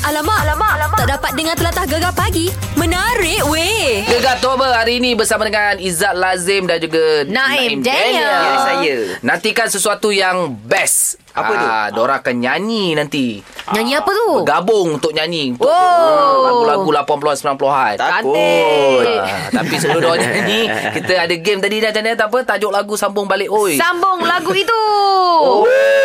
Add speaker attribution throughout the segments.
Speaker 1: Alamak, alamak, alamak. Tak dapat dengar telatah gegar pagi. Menarik weh.
Speaker 2: Gegar Toba hari ini bersama dengan Izzat Lazim dan juga
Speaker 1: Naim Daniel.
Speaker 3: Ya, saya.
Speaker 2: Nantikan sesuatu yang best.
Speaker 3: Apa tu?
Speaker 2: Ah, Diorang akan nyanyi nanti.
Speaker 1: Nyanyi apa tu?
Speaker 2: Bergabung untuk nyanyi. Untuk
Speaker 1: Oh.
Speaker 2: lagu-lagu 80-90-an.
Speaker 3: Takut.
Speaker 2: Ah, tapi sebelum diorang nyanyi, kita ada game tadi dah Daniel. Tak apa, tajuk lagu sambung balik. Oi.
Speaker 1: Sambung lagu itu.
Speaker 2: Oh.
Speaker 1: Ah,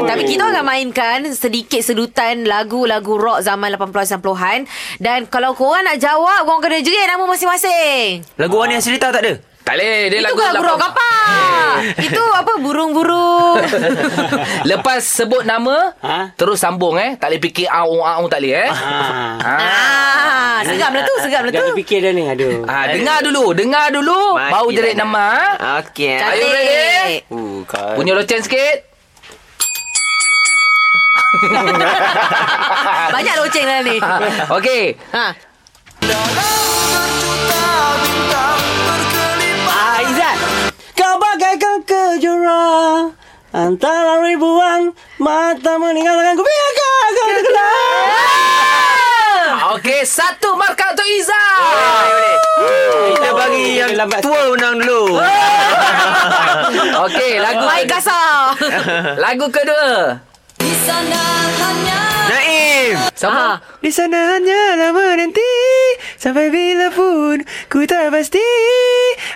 Speaker 1: Tapi kita akan mainkan sedikit sedutan lagu-lagu rock zaman 80-90-an. Dan kalau korang nak jawab, korang kena jerit nama masing-masing.
Speaker 3: Lagu Wani Hasrita tak ada?
Speaker 2: tak boleh. Dia
Speaker 1: Itu
Speaker 2: lagu
Speaker 1: lagu rock
Speaker 2: 80.
Speaker 1: apa? Itu apa? Burung-burung.
Speaker 2: Lepas sebut nama,
Speaker 4: Ha?
Speaker 2: terus sambung eh. Tak boleh fikir au au tak boleh eh.
Speaker 4: Ah.
Speaker 2: Ah.
Speaker 1: ah, seram lah tu, seram lah
Speaker 4: Dah
Speaker 1: tu.
Speaker 4: terfikir dah ni. Aduh.
Speaker 2: Ah, dengar dulu, dengar dulu
Speaker 3: Mati
Speaker 2: baru jerit
Speaker 3: dah.
Speaker 2: nama. ah.
Speaker 3: Okey. Ayo.
Speaker 2: Cantik.
Speaker 1: Cantik.
Speaker 3: Uh,
Speaker 1: Eh.
Speaker 3: kau.
Speaker 2: Bunyi loceng sikit.
Speaker 1: Banyak loceng dalam ni.
Speaker 2: Okey.
Speaker 1: Ha.
Speaker 4: Ah, Izzat. Kau bagaikan kejora antara ribuan mata meninggalkan ku biarkan kau
Speaker 3: Ah.
Speaker 4: tenggelam.
Speaker 2: Okey, satu markah untuk Iza.
Speaker 3: Kita bagi yang
Speaker 4: Lambat
Speaker 3: tua menang dulu.
Speaker 4: Ah.
Speaker 2: Okey, lagu
Speaker 1: Baik kasar.
Speaker 2: lagu kedua.
Speaker 1: Di sana hanya
Speaker 3: Naim.
Speaker 1: Ah.
Speaker 2: Sama.
Speaker 3: Di sana hanyalah menanti Sampai bila pun ku tak pasti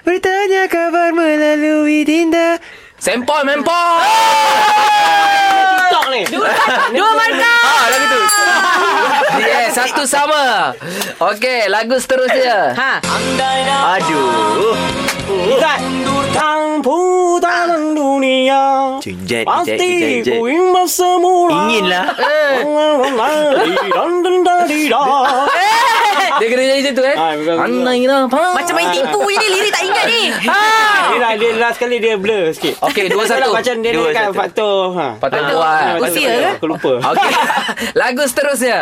Speaker 3: Bertanya kabar melalui dinda
Speaker 2: Sempol mempol.
Speaker 4: TikTok ni.
Speaker 1: Dua markah.
Speaker 3: Ah, lagu tu
Speaker 2: Yes, satu sama. Okey, lagu seterusnya.
Speaker 1: Ha.
Speaker 3: Aduh
Speaker 4: Izzat. Tang putaran dunia.
Speaker 3: Cunjet,
Speaker 4: Pasti
Speaker 3: cunjet, cunjet.
Speaker 4: ku imbas semula.
Speaker 3: Inginlah
Speaker 2: Dia kena nyanyi macam tu eh.
Speaker 4: Ah, betul, betul.
Speaker 2: Andai dapat.
Speaker 1: Macam main Ha. tipu je ni Lirik tak ingat ni
Speaker 3: Ah,
Speaker 4: Dia lah, dia last kali dia blur sikit.
Speaker 2: Okey, dua
Speaker 4: Dia
Speaker 2: satu.
Speaker 4: lah Macam dia
Speaker 3: Dua
Speaker 4: dua, dekat
Speaker 3: satu.
Speaker 4: faktor. Ha.
Speaker 2: Patut
Speaker 4: Ah,
Speaker 2: dua. Ha.
Speaker 4: ah, patut
Speaker 1: Usia
Speaker 4: dua.
Speaker 1: ke?
Speaker 4: Aku lupa.
Speaker 2: Okey. Lagu seterusnya.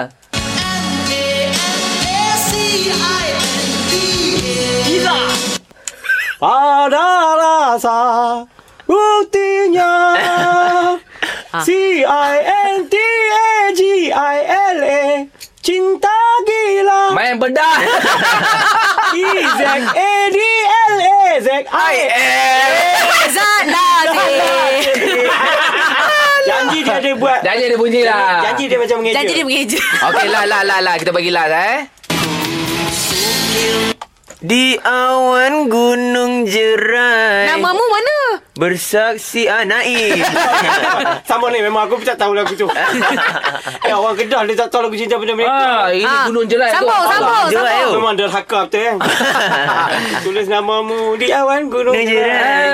Speaker 4: Ada rasa buktinya C I N T A G I L A Cinta gila
Speaker 2: Main bedah.
Speaker 4: E Z A D L A Z I
Speaker 1: Zat lah
Speaker 4: Janji dia ada buat
Speaker 2: Janji dia bunyi lah.
Speaker 4: Janji dia macam mengeja
Speaker 1: Janji dia mengeja
Speaker 2: Okey, lah lah lah lah kita bagi lah eh.
Speaker 3: Di awan gunung jerai
Speaker 1: Namamu mana?
Speaker 3: Bersaksi Anaim
Speaker 4: Sama ni memang aku pun tak tahu lagu tu Eh orang Kedah dia tak tahu lagu cinta benda mereka
Speaker 2: Ah, ini
Speaker 1: Ah.
Speaker 2: gunung jerat tu.
Speaker 1: Sambung, sambung,
Speaker 3: Jerat
Speaker 1: sambung
Speaker 3: tu.
Speaker 4: Memang derhaka betul kan Tulis namamu di awan gunung
Speaker 3: Gunung
Speaker 4: jerai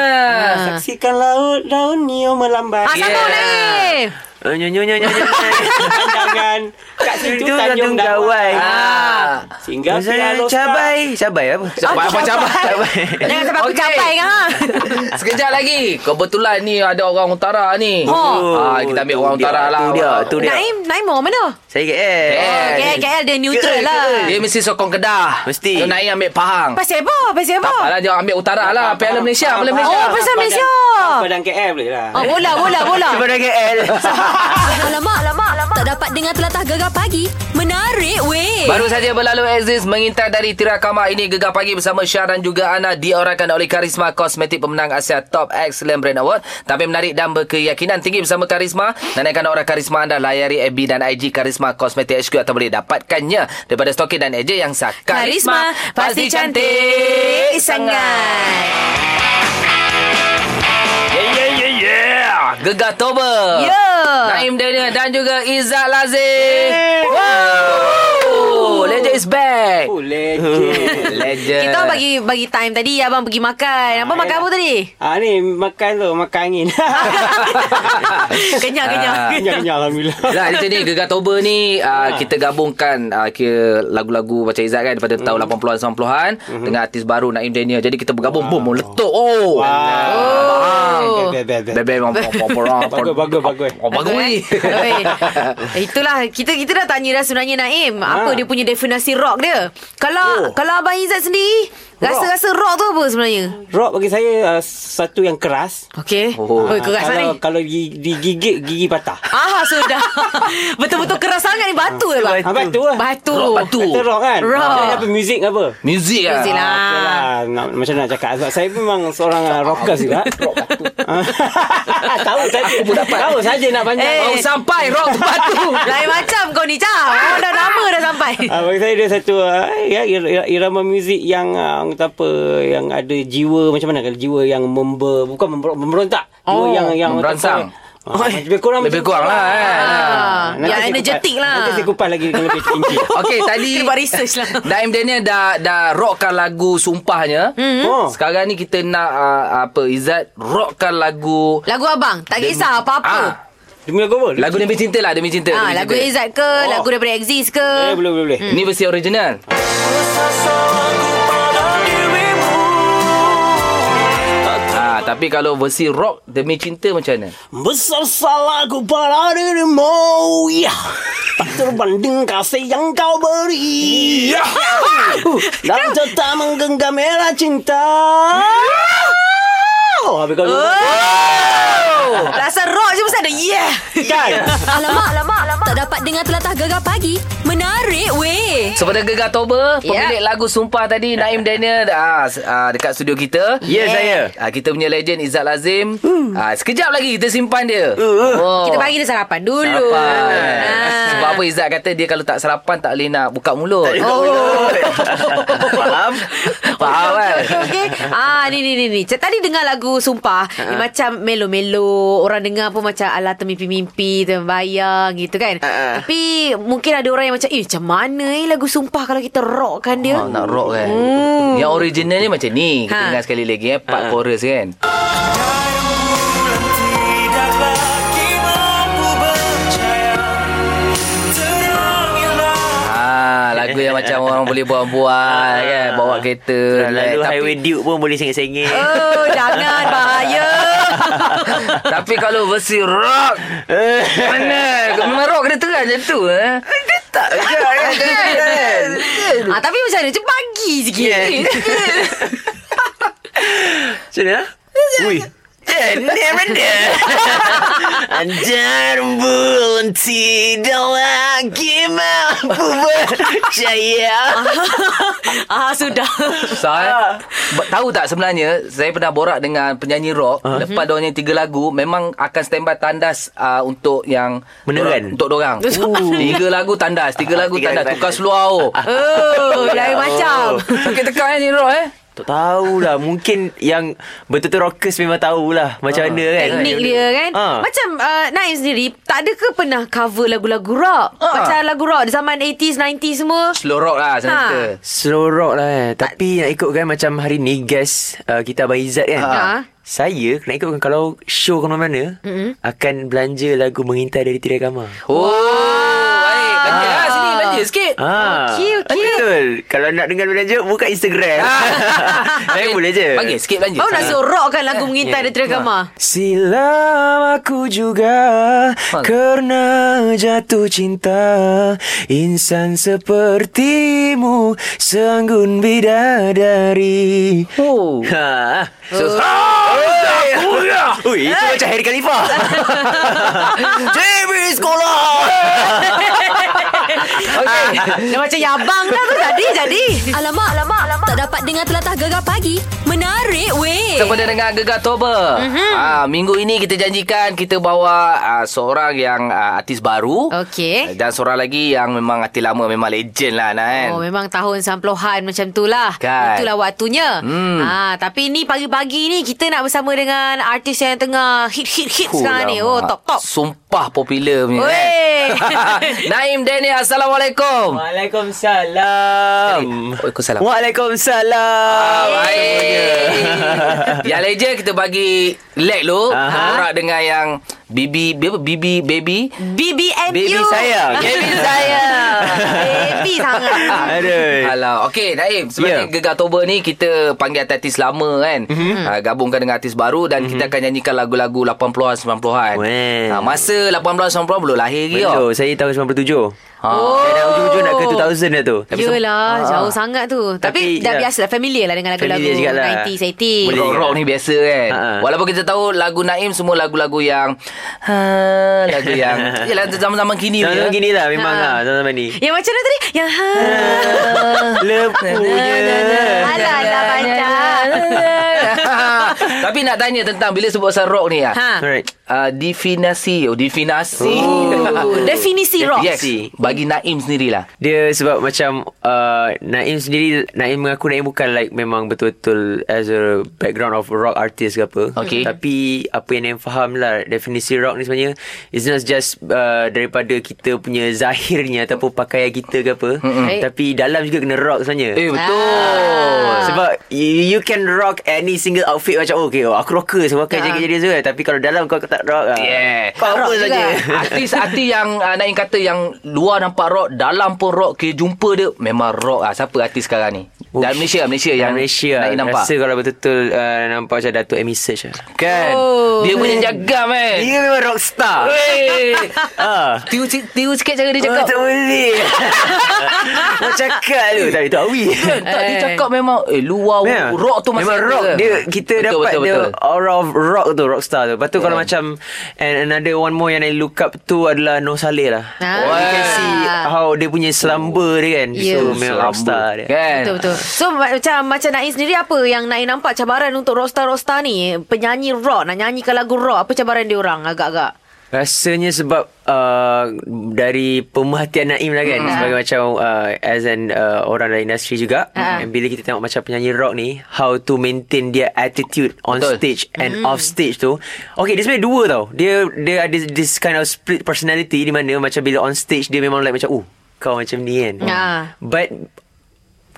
Speaker 2: Ah.
Speaker 4: Saksikan laut daun nio melambai
Speaker 1: Ha, sambung
Speaker 2: Yeah.
Speaker 1: Naif
Speaker 3: Nyonya nyonya nyonya
Speaker 4: Pandangan Kat situ
Speaker 3: Itu
Speaker 4: tanjung
Speaker 3: gantung
Speaker 4: dawai
Speaker 3: gawai
Speaker 2: Ah.
Speaker 4: Singgah
Speaker 3: Saya
Speaker 4: pialo
Speaker 3: cabai Cabai apa?
Speaker 2: Cabai apa cabai?
Speaker 1: Jangan sampai aku
Speaker 2: Okey.
Speaker 1: capai kan ha?
Speaker 2: Sekejap lagi. Kebetulan ni ada orang utara ni.
Speaker 1: Ha.
Speaker 2: Ah, kita ambil orang
Speaker 3: Oh, tu dia,
Speaker 2: utara lah.
Speaker 3: Tu dia Tu dia
Speaker 1: Naim, Naim orang mana?
Speaker 3: Saya KL
Speaker 2: Eh.
Speaker 1: Oh, KL, KL dia neutral
Speaker 3: Ke-
Speaker 1: lah
Speaker 2: Dia mesti sokong Kedah.
Speaker 3: Mesti.
Speaker 2: Dia naik ambil Pahang.
Speaker 1: Pasal apa? Pasal apa?
Speaker 2: Alah dia ambil utara lah. Piala Malaysia, Piala Malaysia.
Speaker 1: Oh, pasal Malaysia.
Speaker 4: Padang KL boleh lah
Speaker 1: Oh, bola, bola, bola
Speaker 3: Kepada KL
Speaker 1: alamak, alamak, alamak Tak dapat dengar telatah gegar pagi Menarik weh
Speaker 2: Baru saja berlalu Aziz mengintai dari tirai kamar ini Gegar Pagi bersama Syah dan juga Ana diorangkan oleh Karisma Kosmetik pemenang Asia Top Excellent Brand Award. Tampil menarik dan berkeyakinan tinggi bersama Karisma. Nanaikan orang Karisma anda layari FB dan IG Karisma Kosmetik HQ atau boleh dapatkannya daripada stokin dan ejen yang sah.
Speaker 1: Karisma pasti cantik sangat.
Speaker 2: Yeah, yeah, yeah, yeah. Ah, Gegar Toba.
Speaker 1: Ya.
Speaker 2: Naim Daniel dan juga Izzat Lazim. Wow. Legend is back.
Speaker 4: Oh legend
Speaker 2: Legend.
Speaker 1: Kita orang bagi bagi time tadi abang pergi makan. Abang
Speaker 4: Ah,
Speaker 1: makan
Speaker 4: yelah.
Speaker 1: apa tadi?
Speaker 4: Ah ni makan tu makan angin.
Speaker 1: kenyang, kenyang.
Speaker 2: Ah.
Speaker 1: kenyang.
Speaker 4: Kenyang-kenyang alhamdulillah.
Speaker 2: Lah macam ni Gegar Toba ni uh, Kita gabungkan uh, kira Lagu-lagu macam Izzat kan Daripada tahun 80-an 90-an Dengan artis baru Naim Daniel Jadi kita bergabung Boom meletup Oh
Speaker 4: Oh.
Speaker 2: Bang.
Speaker 4: Best, best, best.
Speaker 2: Bebek
Speaker 4: Bagus bagus bagus.
Speaker 2: Oh bagus ni
Speaker 1: eh. Oi. Itulah kita kita dah tanya dah sebenarnya Naim apa
Speaker 4: Ah.
Speaker 1: dia punya definisi versi rock dia. Kalau oh. kalau Abang Izzat sendiri, rasa-rasa rock tu apa sebenarnya?
Speaker 4: Rock bagi saya uh, satu yang keras.
Speaker 1: Okey. Oh,
Speaker 2: Oh.
Speaker 1: keras
Speaker 4: kalau,
Speaker 1: sangat ni.
Speaker 4: Kalau gi- digigit gigi patah.
Speaker 1: Ah, sudah. Betul-betul keras sangat ni batu ya,
Speaker 4: Ah,
Speaker 1: Bang.
Speaker 4: batu lah.
Speaker 1: Batu.
Speaker 2: Rock batu.
Speaker 4: Kata rock kan?
Speaker 1: Rock.
Speaker 4: Jadi apa music apa?
Speaker 2: Muzik lah.
Speaker 1: Muzik lah.
Speaker 4: Ah. Lah, nak, macam nak cakap sebab saya memang seorang ah, rockers juga. Ah. Tahu saja. Tahu saja nak panjang.
Speaker 1: Eh.
Speaker 2: Baru sampai rock tu batu.
Speaker 1: Lain macam kau ni, Cah. Kau dah lama dah sampai.
Speaker 4: Ah, bagi saya dia satu ah, ya, ir- ir- irama muzik yang ah, orang kata apa yang ada jiwa macam mana kalau jiwa yang member bukan member, memberontak jiwa
Speaker 1: Oh,
Speaker 4: yang yang
Speaker 2: memberansang.
Speaker 4: Ah, lebih kurang
Speaker 2: Lebih
Speaker 4: macam tu
Speaker 2: kurang lah kan.
Speaker 1: Ah,
Speaker 4: Nanti
Speaker 1: yang
Speaker 4: saya
Speaker 1: energetic
Speaker 4: kupas.
Speaker 1: lah.
Speaker 4: Nanti saya kupas lagi dengan lebih tinggi
Speaker 2: Okey, tadi
Speaker 1: Kena buat research lah.
Speaker 2: Daim Daniel dah dah rockkan lagu sumpahnya.
Speaker 1: Hmm?
Speaker 2: Mm-hmm.
Speaker 4: Oh.
Speaker 2: Sekarang ni kita nak uh, apa Izzat rockkan lagu Ah,
Speaker 1: Lagu abang, tak kisah apa-apa.
Speaker 4: Demi lagu apa?
Speaker 2: lagu demi cinta lah, demi cinta.
Speaker 1: Ah,
Speaker 2: Demi
Speaker 1: lagu
Speaker 2: Cinta.
Speaker 1: Izzat ke, lagu daripada Exist ke.
Speaker 4: Eh, boleh, boleh, boleh.
Speaker 2: Ni versi original. Ah, tapi kalau versi rock demi cinta macam mana?
Speaker 4: Besar salahku pada dirimu ya. Tak terbanding kasih yang kau beri ya. Dan tetap menggenggam era cinta Oh, habis kau
Speaker 1: Oh. Rasa rock je mesti ada yeah.
Speaker 4: Kan?
Speaker 5: Alamak, alamak, alamak. Tak dapat dengar telatah gegar pagi. Menarik weh.
Speaker 2: Sepada Gegar
Speaker 1: Ya.
Speaker 2: Toba, pemilik lagu Sumpah tadi Naim Daniel ah, s- ah, dekat studio kita.
Speaker 1: Ya, saya. Uh.
Speaker 2: Ah, kita punya legend Izzat Lazim. Ah, sekejap lagi kita simpan dia. Oh.
Speaker 1: Kita bagi dia sarapan dulu.
Speaker 2: Sarapan.
Speaker 1: Ah.
Speaker 2: Sebab apa Izzat kata dia kalau tak sarapan tak boleh nak buka mulut.
Speaker 1: Oh.
Speaker 2: Faham? Faham
Speaker 1: Okey,
Speaker 2: kan?
Speaker 1: okey, okey. Ah, ni ni ni ni. Cak tadi dengar lagu Sumpah,
Speaker 2: Ha.
Speaker 1: ni macam melo-melo. Orang dengar pun macam ala termimpi-mimpi, terbayang gitu kan.
Speaker 2: Ha,
Speaker 1: Tapi mungkin ada orang yang macam, "Eh, macam mana eh lagu Sumpah kalau kita rockkan dia?"
Speaker 2: Oh, nak
Speaker 6: Hmm.
Speaker 2: rock kan Yang original ni macam ni Kita
Speaker 1: Ha.
Speaker 2: dengar sekali lagi eh Part
Speaker 6: Ha.
Speaker 2: chorus kan Ah, lagu yang macam orang boleh buat-buat kan Bawa kereta relax.
Speaker 6: Ha. Lalu
Speaker 2: Tapi- Eh,
Speaker 6: highway Duke pun boleh sengit-sengit.
Speaker 1: Oh, jangan bahaya.
Speaker 2: Tapi kalau versi rock Mana Memang rock kena terang macam tu eh? Dia tak eh.
Speaker 1: ah, tapi macam mana? Cuma bagi sikit.
Speaker 6: Macam mana? Ui. Jenis benda Dan bulan tidak lagi mampu percaya
Speaker 1: ah, sudah.
Speaker 6: Ha.
Speaker 2: Saya eh? ba- tahu tak sebenarnya saya pernah borak dengan penyanyi rock
Speaker 6: Ha.
Speaker 2: uh-huh. lepas dia nyanyi tiga lagu memang akan standby tandas uh, untuk yang dorang-
Speaker 6: Meneran.
Speaker 2: untuk dorang.
Speaker 1: Uh.
Speaker 2: Tiga lagu tandas, tiga lagu
Speaker 6: tiga
Speaker 2: tandas
Speaker 6: lagu
Speaker 2: tukar
Speaker 6: tandas.
Speaker 2: seluar. Oh.
Speaker 1: Oh, lain macam.
Speaker 2: Sakit tekan nyanyi rock eh.
Speaker 6: Tak tahulah Mungkin yang Betul-betul rockers memang tahulah Macam mana kan
Speaker 1: Teknik dia kan
Speaker 6: Ha.
Speaker 1: Macam uh, Naim sendiri Tak ada ke pernah cover lagu-lagu rock
Speaker 5: Ah.
Speaker 2: Ha.
Speaker 1: Macam lagu rock Zaman 80s, 90s semua
Speaker 2: Slow rock lah
Speaker 1: Ha.
Speaker 2: sebenarnya.
Speaker 6: Slow rock lah eh. Tapi nak ikut kan Macam hari ni guys uh, Kita Abang Izzat kan
Speaker 1: Ha.
Speaker 6: Saya nak ikutkan Kalau show ke mana-mana mm-hmm. Akan belanja lagu Mengintai dari Tirai Kamar
Speaker 2: Oh, baik. Belanja lah
Speaker 1: Ha.
Speaker 2: sini belanja sikit.
Speaker 6: Ah,
Speaker 2: Oh,
Speaker 1: Okey, okey.
Speaker 6: Betul Kalau nak dengar lebih lanjut Buka Instagram Saya boleh je
Speaker 2: Bagi Ah. sikit Ha. belanja.
Speaker 1: Baru nak suruh rock kan Lagu mengintai dari Teragama
Speaker 6: Silam aku juga
Speaker 2: Faham.
Speaker 6: Kerana jatuh cinta Insan sepertimu Seanggun bidadari
Speaker 2: Oh.
Speaker 6: Ha.
Speaker 2: So,
Speaker 6: Ui, itu macam Harry Khalifa JB sekolah
Speaker 2: okay.
Speaker 1: Dah macam yabang dah tu Jadi, jadi
Speaker 5: Alamak, alamak, alamak. Tak dapat dengar telatah gegar pagi. Menarik weh.
Speaker 2: Kepada dengar Gegar Toba
Speaker 1: Mhm.
Speaker 2: mm-hmm. ah, Minggu ini kita janjikan Kita bawa ah, seorang yang ah, artis baru Ah,
Speaker 1: Okey.
Speaker 2: Dan seorang lagi yang memang artis lama Memang legend lah Nan
Speaker 1: Oh memang tahun 90-an macam tu lah
Speaker 2: Kan.
Speaker 1: Itulah waktunya
Speaker 2: Hmm.
Speaker 1: ha, Tapi ni pagi-pagi ni Kita nak bersama dengan Artis yang tengah Hit-hit-hit sekarang
Speaker 2: lah,
Speaker 1: ni Oh top-top
Speaker 2: Sumpah popular punya kan?
Speaker 1: Wey.
Speaker 2: Naim Daniel Assalamualaikum
Speaker 6: Waalaikumsalam
Speaker 2: Waalaikumsalam
Speaker 6: Waalaikumsalam
Speaker 2: Ah, Baik Yang legend kita bagi Leg dulu
Speaker 6: Aha.
Speaker 2: Borak dengan yang Bibi Bibi Bibi Baby
Speaker 1: BBNU
Speaker 6: Baby saya.
Speaker 2: Baby saya
Speaker 1: Baby sangat
Speaker 6: Aduh
Speaker 2: Alah, okey Naim, sebenarnya yeah.
Speaker 6: Ya. Mhm.
Speaker 2: Gegar Toba ni kita panggil artis lama kan. Mm-hmm. Uh, gabungkan dengan artis baru dan mm-hmm. kita akan nyanyikan lagu-lagu 80-an 90-an.
Speaker 6: Weh.
Speaker 2: Ah, Uh, masa 80-an 90-an belum lahir lagi.
Speaker 6: Belum, saya tahun 97
Speaker 2: Ha.
Speaker 1: Oh.
Speaker 6: Dan dah hujung-hujung nak ke 2000 dah tu
Speaker 1: Yelah, jauh sangat tu. Tapi,
Speaker 6: Ah. Tapi,
Speaker 1: dah
Speaker 6: ya.
Speaker 1: biasa lah, familiar lah dengan lagu-lagu
Speaker 6: Familiar jugalah.
Speaker 1: 90s, 80s.
Speaker 2: Boleh rock ni biasa kan
Speaker 6: Ha, ha.
Speaker 2: Walaupun kita tahu Lagu Naim semua lagu-lagu yang ha, Lagu yang Yelah zaman-zaman kini ya. punya.
Speaker 6: Zaman zaman gini lah memang
Speaker 1: Ha.
Speaker 6: lah Zaman-zaman ni
Speaker 1: Yang macam mana tadi? Yang ha.
Speaker 6: Lepunya
Speaker 1: Alah, alah, panjang.
Speaker 2: Tapi nak tanya tentang Bila sebut pasal rock ni ya.
Speaker 1: Ha.
Speaker 6: Alright
Speaker 2: Uh, definasi Oh definasi
Speaker 1: Oh, definisi rock.
Speaker 2: Yes Bagi Naim sendirilah
Speaker 6: Dia sebab macam uh, Naim sendiri Naim mengaku Naim bukan like Memang betul-betul As a background of rock artist ke apa
Speaker 2: Okay.
Speaker 6: Tapi Apa yang Naim faham lah Definisi rock ni sebenarnya It's not just uh, Daripada kita punya Zahirnya Ataupun pakaian kita ke apa
Speaker 1: Right.
Speaker 6: Tapi dalam juga kena rock sebenarnya
Speaker 2: Eh betul
Speaker 1: Ah.
Speaker 6: Sebab you, you can rock any single outfit Macam oh, okay oh, aku rocker Semua pakai
Speaker 1: Ah.
Speaker 6: jaket jadi tu kan Tapi kalau dalam kau tak rock ah,
Speaker 2: Yeah.
Speaker 6: Kau apa
Speaker 1: Rock juga.
Speaker 6: saja
Speaker 2: Artis-artis yang uh, Naim kata Yang luar nampak rock Dalam pun rock Kita jumpa dia Memang rock lah Siapa artis sekarang ni Dalam Malaysia Malaysia yang
Speaker 6: Malaysia
Speaker 2: Naim nampak
Speaker 6: Rasa kalau betul-betul uh, Nampak macam Dato' Amy Search lah
Speaker 2: Kan
Speaker 1: Oh.
Speaker 2: oh. Dia punya jagam Eh. kan
Speaker 6: Dia memang rockstar
Speaker 2: Wey.
Speaker 6: Ah,
Speaker 2: Tiu, si- tiu sikit cara dia
Speaker 6: Oh,
Speaker 2: cakap
Speaker 6: tak boleh Kau cakap tu Tapi tu awi
Speaker 2: Kan, Tak dia
Speaker 1: Eh.
Speaker 2: cakap memang Eh luar
Speaker 6: Memang.
Speaker 2: Rock tu masih
Speaker 6: Memang
Speaker 2: ada
Speaker 6: rock
Speaker 2: ke?
Speaker 6: dia Kita
Speaker 2: Betul,
Speaker 6: dapat
Speaker 2: betul,
Speaker 6: the
Speaker 2: betul. Ya.
Speaker 6: aura of rock tu Rockstar tu Lepas tu kalau
Speaker 2: Yeah.
Speaker 6: macam And another one more Yang I look up tu Adalah Noh Saleh lah
Speaker 1: Ah.
Speaker 6: You can see How dia punya slumber dia kan
Speaker 1: Yeah.
Speaker 6: So memang
Speaker 2: Serabut,
Speaker 6: rockstar dia
Speaker 2: Kan
Speaker 1: Betul betul. So ma- macam macam Naim sendiri apa yang Naim nampak cabaran untuk rockstar-rockstar ni? Penyanyi rock nak nyanyikan lagu rock apa cabaran dia orang agak-agak?
Speaker 6: Rasanya sebab uh, dari pemerhatian Naim lah kan sebagai macam uh, as an uh, orang dari industri juga
Speaker 1: Ha.
Speaker 6: and bila kita tengok macam penyanyi rock ni how to maintain their attitude on
Speaker 2: Betul.
Speaker 6: stage and off stage tu okay dia sebenarnya dua tau dia dia ada this kind of split personality di mana macam bila on stage dia memang like macam oh kau macam ni kan
Speaker 1: Ha.
Speaker 6: but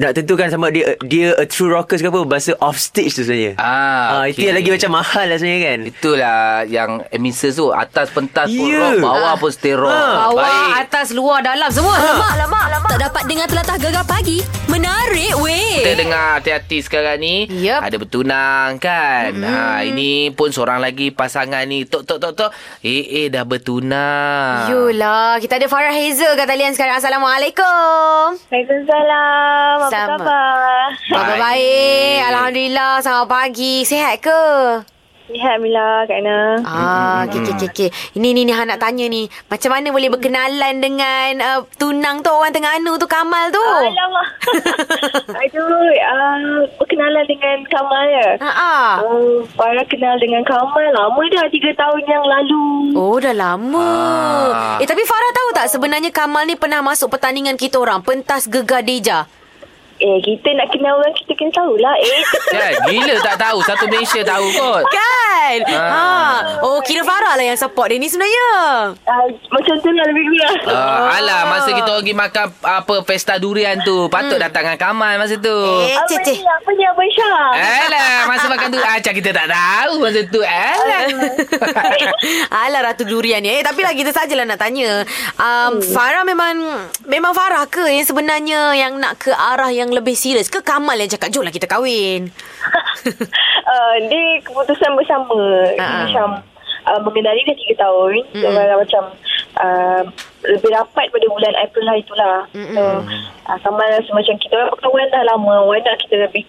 Speaker 6: nak tentukan sama dia dia a true rockers ke apa bahasa off stage tu sebenarnya
Speaker 2: Ah,
Speaker 6: Ah, itu
Speaker 2: okay.
Speaker 6: yang lagi macam mahal lah sebenarnya kan
Speaker 2: Itulah yang emissus tu Atas pentas pun
Speaker 6: Yeah.
Speaker 2: rock Bawah pun stay
Speaker 1: Ah.
Speaker 2: rock
Speaker 6: Ah,
Speaker 1: Bawah,
Speaker 2: Baik.
Speaker 1: atas, luar, dalam semua.
Speaker 5: Alamak, alamak, alamak. Tak dapat dengar telatah gegar pagi. Menarik,
Speaker 2: Kita
Speaker 5: weh.
Speaker 2: dengar hati-hati sekarang ni
Speaker 1: Yup.
Speaker 2: Ada bertunang kan mm. ha, Ini pun seorang lagi pasangan ni Tok tok tok tok Eh eh dah bertunang
Speaker 1: Yolah, kita ada Farah Hazel kat talian sekarang. Assalamualaikum.
Speaker 7: Waalaikumsalam. Apa
Speaker 1: Sama.
Speaker 7: khabar?
Speaker 1: Apa baik? Alhamdulillah, selamat pagi. Sihat ke?
Speaker 7: Sihat Mila, Kak Ana.
Speaker 1: Ah, okey okey okey. Okay. Ini ni ni hang nak tanya ni. Macam mana boleh berkenalan dengan uh, tunang tu orang Terengganu tu Kamal tu?
Speaker 7: Oh, Alamak. Aduh, uh, berkenalan dengan Kamal ya.
Speaker 1: Ha ah.
Speaker 7: Uh, Farah kenal dengan Kamal lama dah, tiga tahun yang lalu.
Speaker 1: Oh dah lama
Speaker 2: Ah.
Speaker 1: Eh tapi Farah tahu tak Sebenarnya Kamal ni Pernah masuk pertandingan kita orang Pentas Gegar Deja
Speaker 7: Eh, kita nak kenal orang, kita kena tahulah. Eh,
Speaker 2: Kan gila tak tahu Satu Malaysia tahu kot
Speaker 1: Kan
Speaker 2: Ah.
Speaker 1: ha. Oh kira Farah lah yang support dia ni sebenarnya
Speaker 7: uh, macam tu lah lebih kurang.
Speaker 2: Uh, alah masa kita orang pergi makan apa pesta durian tu patut hmm. datang dengan Kamal masa tu.
Speaker 1: Eh
Speaker 7: Apa
Speaker 1: ceh ceh
Speaker 7: ni? Apa ni Abang Syah?
Speaker 2: Alah masa makan tu ah, macam kita tak tahu masa tu. Alah.
Speaker 1: Alah Ratu Durian ni Eh tapi lah kita sajalah nak tanya um,
Speaker 2: Hmm.
Speaker 1: Farah memang Memang Farah ke yang sebenarnya Yang nak ke arah yang lebih serius Ke Kamal yang cakap Jomlah kita kahwin
Speaker 2: Eh,
Speaker 7: uh, dia keputusan bersama
Speaker 1: Ah.
Speaker 7: uh-huh. macam uh, mengenali dia tiga tahun mm-hmm. so, kalau macam uh, lebih rapat pada bulan April lah itulah mm-hmm. so uh, sama rasa macam kita orang berkawan dah lama why not kita lebih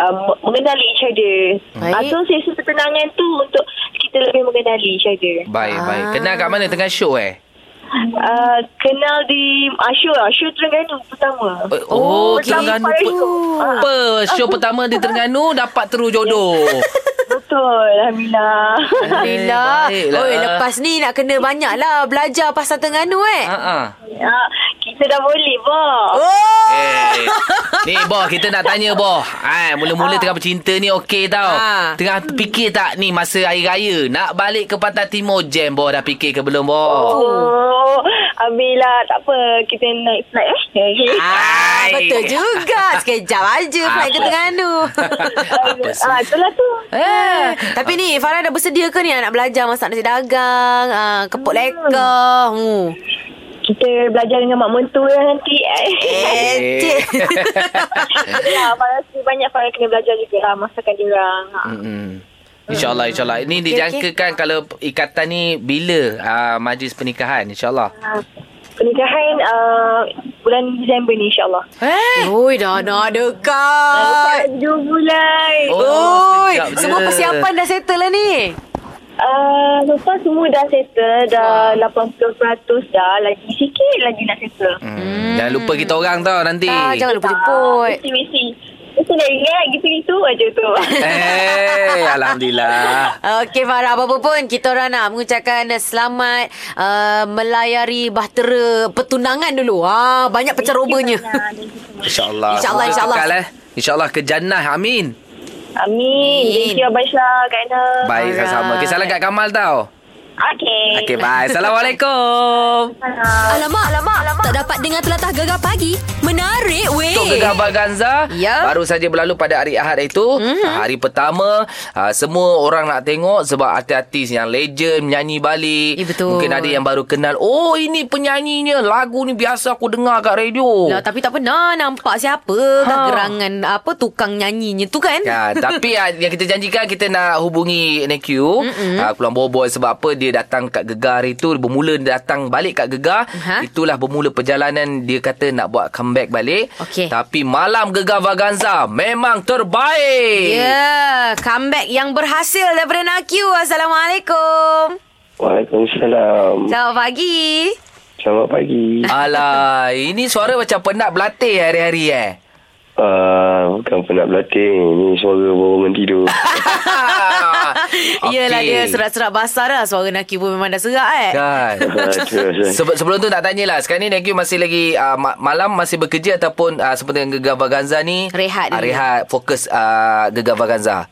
Speaker 7: uh, m- mengenali each other
Speaker 1: Baik.
Speaker 7: atau uh, so, sesi pertenangan tu untuk kita lebih mengenali each other
Speaker 2: Baik baik. Kenal kat mana tengah show eh?
Speaker 7: uh, kenal di Ashur Ashur Terengganu pertama
Speaker 2: Oh, oh
Speaker 7: Pertama
Speaker 2: Terengganu
Speaker 7: kali
Speaker 2: pe-
Speaker 7: tu. Ah,
Speaker 2: apa? Show pertama di Terengganu dapat terus jodoh.
Speaker 7: betul Alhamdulillah
Speaker 1: Alhamdulillah
Speaker 2: Eh, baiklah.
Speaker 1: Oh lepas ni nak kena banyak lah Belajar pasal Terengganu eh
Speaker 2: Ha ah.
Speaker 7: Ah, kita dah boleh, Bob.
Speaker 1: Oh!
Speaker 2: Eh, ni boh kita nak tanya boh. Ha, mula-mula tengah bercinta ni okey tau.
Speaker 1: Ah.
Speaker 2: Tengah fikir tak ni masa hari raya nak balik ke Pantai Timur jam boh dah fikir ke belum boh?
Speaker 7: Oh, ambil lah. Tak apa. Kita naik flight eh. Okay.
Speaker 1: Ah,
Speaker 2: Hai.
Speaker 1: betul juga. Sekejap aja flight ke
Speaker 2: Apa?
Speaker 1: Terengganu.
Speaker 2: Apa sih?
Speaker 7: Ah, itulah tu.
Speaker 1: eh, tapi ni Farah dah bersedia ke ni nak belajar masak nasi dagang, ah, kepok leka. Hmm.
Speaker 7: Kita belajar dengan mak mentua lah nanti. Eh.
Speaker 1: Eh,
Speaker 2: Eh.
Speaker 1: cik.
Speaker 7: ya, Farah rasa banyak Farah kena belajar juga lah. Masakan diorang. Ha.
Speaker 2: Mm-mm. InsyaAllah, insyaAllah. Ini dijangkakan kalau ikatan ni bila uh, majlis pernikahan, Ah, insyaAllah.
Speaker 7: ah. Pernikahan uh, bulan Disember ni insyaAllah.
Speaker 1: Eh? Oi, dah nak dekat.
Speaker 7: Dapat dua bulan.
Speaker 1: Oh. Oi,
Speaker 2: sekejap je.
Speaker 1: semua persiapan dah settle lah ni.
Speaker 7: Uh, so far semua dah settle. Dah 80% dah. Lagi sikit lagi nak settle.
Speaker 2: Hmm. Jangan lupa kita orang tau nanti.
Speaker 1: Tak, jangan lupa
Speaker 7: Ah,
Speaker 1: jemput.
Speaker 7: Mesti-mesti. Mesti nak ingat gitu-gitu aja tu.
Speaker 2: Eh, Alhamdulillah.
Speaker 1: Okey Farah apa pun kita orang nak mengucapkan selamat uh, melayari bahtera pertunangan dulu. Ha banyak pecah robanya.
Speaker 4: InsyaAllah.
Speaker 1: InsyaAllah
Speaker 2: Semoga
Speaker 1: insyaAllah.
Speaker 2: kekal, eh. InsyaAllah ke jannah. Amin.
Speaker 7: Amin. Thank you Abang Syah, Kak Ana.
Speaker 2: Baik
Speaker 1: Alright.
Speaker 2: sama-sama. Okay, salam kat Kamal tau.
Speaker 7: Okay.
Speaker 2: Okay, bye. Assalamualaikum.
Speaker 5: Alamak, alamak, alamak. Tak dapat dengar telatah gegar pagi. Menarik weh.
Speaker 2: Untuk Gegar Baganza
Speaker 1: Ya. Mhm.
Speaker 2: Baru saja berlalu pada hari Ahad itu mm-hmm. Hari pertama uh, Semua orang nak tengok Sebab artis-artis yang legend Menyanyi balik
Speaker 1: Ya, betul.
Speaker 2: Mungkin ada yang baru kenal Oh ini penyanyinya Lagu ni biasa aku dengar kat radio
Speaker 1: Lah, tapi tak pernah nampak siapa ha.
Speaker 2: Ha.
Speaker 1: gerangan apa tukang nyanyinya tu kan.
Speaker 2: Ya, tapi ah, yang kita janjikan kita nak hubungi NQ uh, Pulang Boboy sebab apa dia datang kat Gegar itu bermula dia datang balik kat Gegar
Speaker 1: Aha.
Speaker 2: itulah bermula perjalanan dia kata nak buat comeback balik
Speaker 1: Okey.
Speaker 2: tapi malam Gegar Vaganza memang terbaik
Speaker 1: Ya, yeah, comeback yang berhasil daripada Nakyu. Assalamualaikum.
Speaker 8: Waalaikumsalam.
Speaker 1: Selamat pagi.
Speaker 8: Selamat pagi.
Speaker 2: Alah, ini suara macam penat berlatih hari-hari eh.
Speaker 8: Uh, bukan penat berlatih. Ni suara borongan tidur.
Speaker 2: Ah,
Speaker 1: Okay. Yelah dia serat-serat basah dah. Suara Nakyu pun memang dah serak eh.
Speaker 2: Kan.
Speaker 8: Ah, terus, eh.
Speaker 2: Sebe- sebelum tu tak tanyalah Sekarang ni Negeri masih lagi uh, ma- Malam masih bekerja Ataupun uh, Seperti dengan Gegar Vaganza ni
Speaker 1: Rehat dulu.
Speaker 2: uh, Rehat Fokus uh, Gegar Vaganza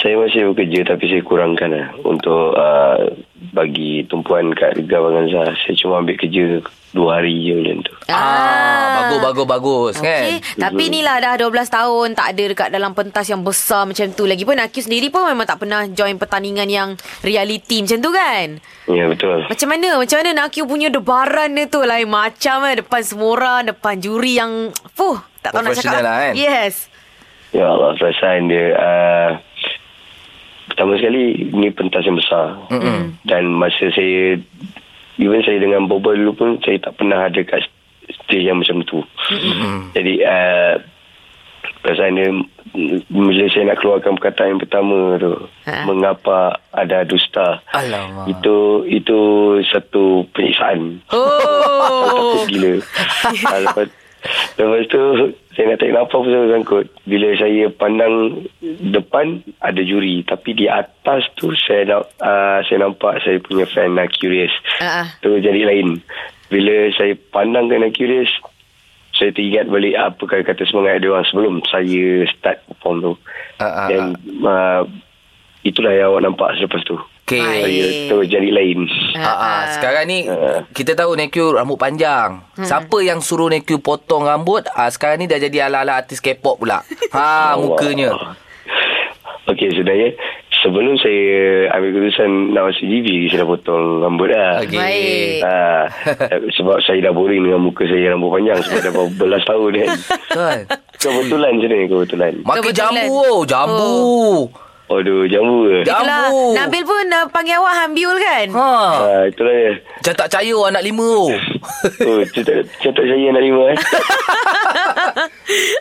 Speaker 8: saya masih bekerja tapi saya kurangkan lah untuk uh, bagi tumpuan kat Liga Banganza. Saya cuma ambil kerja dua hari je macam tu.
Speaker 2: ah. ah Bagus bagus bagus kan
Speaker 1: Okay. Tapi ni lah dah 12 tahun tak ada dekat dalam pentas yang besar macam tu. Lagipun Nakyu sendiri pun memang tak pernah join pertandingan yang reality macam tu kan.
Speaker 8: Ya, betul.
Speaker 1: Macam mana? Macam mana Nakyu punya debaran dia tu lain macam eh. Depan semua orang, depan juri yang fuh, tak tahu nak cakap.
Speaker 2: Professional lah, kan?
Speaker 1: Yes.
Speaker 8: Ya Allah, perasaan dia. Uh, pertama sekali, ni pentas yang besar. Mm-hmm. Dan masa saya, even saya dengan Boba dulu pun, saya tak pernah ada kat stage yang macam tu. Mm-hmm. Jadi, uh, perasaan dia, mm, bila saya nak keluarkan perkataan yang pertama tu,
Speaker 1: Ha.
Speaker 8: mengapa ada dusta.
Speaker 2: Alamak.
Speaker 8: Itu itu satu penyiksaan.
Speaker 2: Oh
Speaker 8: Takut gila ha, lepas, lepas tu Saya nak tarik nafas pun saya sangkut Bila saya pandang Depan Ada juri Tapi di atas tu Saya nak uh, Saya nampak Saya punya fan nak curious
Speaker 1: Ah, ah.
Speaker 8: Tu jadi lain Bila saya pandang ke nak curious saya teringat balik apa kata-kata semangat dia orang sebelum saya start perform tu.
Speaker 2: Ah, ah,
Speaker 8: Dan uh, itulah yang awak nampak selepas tu.
Speaker 2: Okay
Speaker 8: Saya
Speaker 1: Eh.
Speaker 8: tu jadi lain.
Speaker 2: Ah, ah. Hmm. Sekarang ni Kita tahu Nekyu rambut panjang Siapa yang suruh Nekyu potong rambut ah, Sekarang ni dah jadi ala-ala artis K-pop pula Ha mukanya
Speaker 8: Okey sebenarnya sebelum saya ambil keputusan nak masuk GB saya dah potong rambut dah.
Speaker 2: Okey.
Speaker 1: Baik.
Speaker 8: Ha, sebab saya dah boring dengan muka saya rambut panjang sebab dah berbelas tahun kan.
Speaker 2: Kan
Speaker 8: Kebetulan je ni kebetulan.
Speaker 2: Makan
Speaker 1: Kebetulan.
Speaker 2: jambu oh, Jambu
Speaker 8: Aduh jambu ke?
Speaker 2: Ja-
Speaker 1: Itulah
Speaker 2: Jambu.
Speaker 1: Nabil pun uh, panggil awak Hambiul kan?
Speaker 2: Ha
Speaker 8: Ha, itulah dia.
Speaker 2: Macam tak percaya orang nak lima oh.
Speaker 8: Oh, cetak, cetak saya nak lima eh.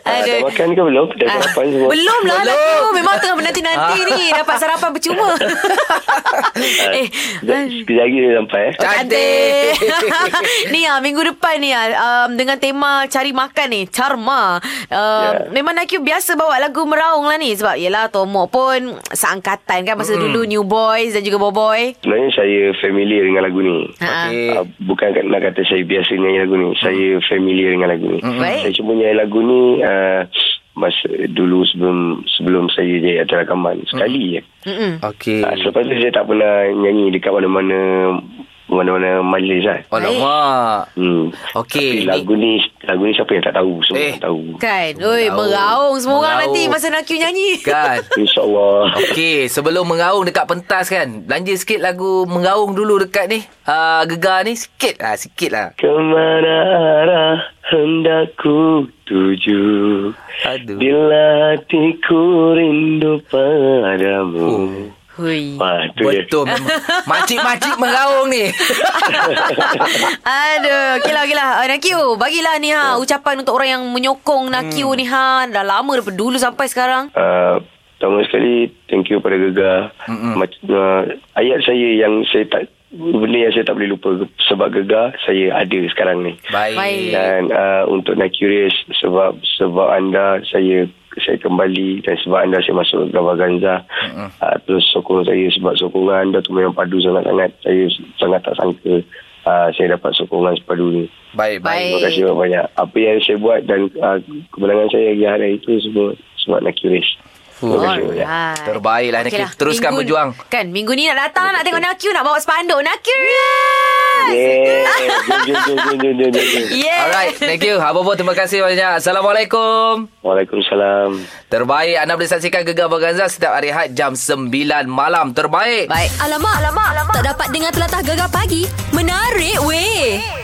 Speaker 8: Ha, dah makan ke belum? Dah
Speaker 1: Ah,
Speaker 8: sarapan semua.
Speaker 1: belum lah
Speaker 2: Belum.
Speaker 1: Nakyu Memang tengah menanti-nanti
Speaker 2: Ah.
Speaker 1: ni Dapat sarapan percuma Eh
Speaker 8: Sekejap, sekejap lagi dia sampai eh.
Speaker 1: Cantik Ni ah Minggu depan ni ah um, Dengan tema Cari makan ni Charma um, yeah. Memang Nakyu biasa Bawa lagu meraung lah ni Sebab yelah Tomok pun Seangkatan kan
Speaker 2: Hmm.
Speaker 1: Masa mm. dulu New Boys Dan juga Boboy Ha,
Speaker 8: Sebenarnya saya familiar dengan lagu ni.
Speaker 2: Ha,
Speaker 1: Ha-ha.
Speaker 2: Okey.
Speaker 8: Uh, bukan kat- nak kata saya biasa nyanyi lagu ni. Saya familiar dengan lagu ni.
Speaker 1: Baik.
Speaker 8: Saya cuma nyanyi lagu ni uh, masa dulu sebelum sebelum saya jadi atas rakaman. Sekali je.
Speaker 2: Eh.
Speaker 1: ha. Mm-mm.
Speaker 2: Okey.
Speaker 8: Uh, selepas tu saya tak pernah nyanyi dekat mana-mana mana-mana majlis lah.
Speaker 2: Alamak.
Speaker 8: Hmm.
Speaker 2: Okey, ini-
Speaker 8: Tapi lagu ni lagu ni siapa yang tak tahu? Semua
Speaker 2: Eh.
Speaker 8: eh. tahu.
Speaker 1: Kan Oi,
Speaker 2: Meraung.
Speaker 1: Meraung Semua orang
Speaker 2: Meraung.
Speaker 1: nanti Masa Nakyu nyanyi
Speaker 2: Kan.
Speaker 8: InsyaAllah.
Speaker 2: Okey, sebelum mengaung dekat pentas kan. Belanja sikit lagu mengaung dulu dekat ni. Uh, gegar ni sikit lah, sikit lah.
Speaker 8: Kemana arah hendak ku tuju
Speaker 2: Aduh. Oh.
Speaker 8: Bila hatiku rindu padamu
Speaker 1: Hui.
Speaker 8: Ha, tu dia.
Speaker 2: Betul memang. Makcik-makcik meraung ni.
Speaker 1: Aduh, okeylah okeylah. Uh, Nakio, bagilah ni ha
Speaker 2: Ya.
Speaker 1: ucapan untuk orang yang menyokong Nakio
Speaker 2: Hmm.
Speaker 1: ni ha. Dah lama daripada dulu sampai sekarang.
Speaker 8: Uh, pertama sekali thank you pada Gegar. Mac- uh, ayat saya yang saya tak benda yang saya tak boleh lupa sebab Gegar saya ada sekarang ni.
Speaker 2: Baik.
Speaker 1: Baik.
Speaker 8: Dan uh, untuk nak curious sebab sebab anda saya saya kembali dan sebab anda saya masuk Gawar Ganza uh, terus sokong saya sebab sokongan anda tu memang padu sangat-sangat saya sangat tak sangka uh, saya dapat sokongan sepadu ni
Speaker 2: Baik, baik.
Speaker 8: terima kasih banyak-banyak apa yang saya buat dan uh, kemenangan saya di hari itu semua sebab nak curious terima kasih banyak
Speaker 1: Alright.
Speaker 2: ya. Terbaiklah, Nakil.
Speaker 1: Okeylah,
Speaker 2: lah, Teruskan
Speaker 1: lah. minggu-
Speaker 2: berjuang.
Speaker 1: Kan, minggu ni nak datang nak tengok Nakio nak bawa spanduk. Nakio.
Speaker 8: yeah jom jom jom jom jom, jom jom
Speaker 1: Yeah.
Speaker 2: Alright, thank you. Abang-abang terima kasih banyak. Assalamualaikum.
Speaker 8: Waalaikumsalam
Speaker 2: Terbaik anda boleh saksikan Gegar Berganza setiap hari Ahad jam 9 malam. Terbaik.
Speaker 1: Baik.
Speaker 5: Alamak, alamak, alamak. Tak dapat dengar telatah gegar pagi. Menarik, weh.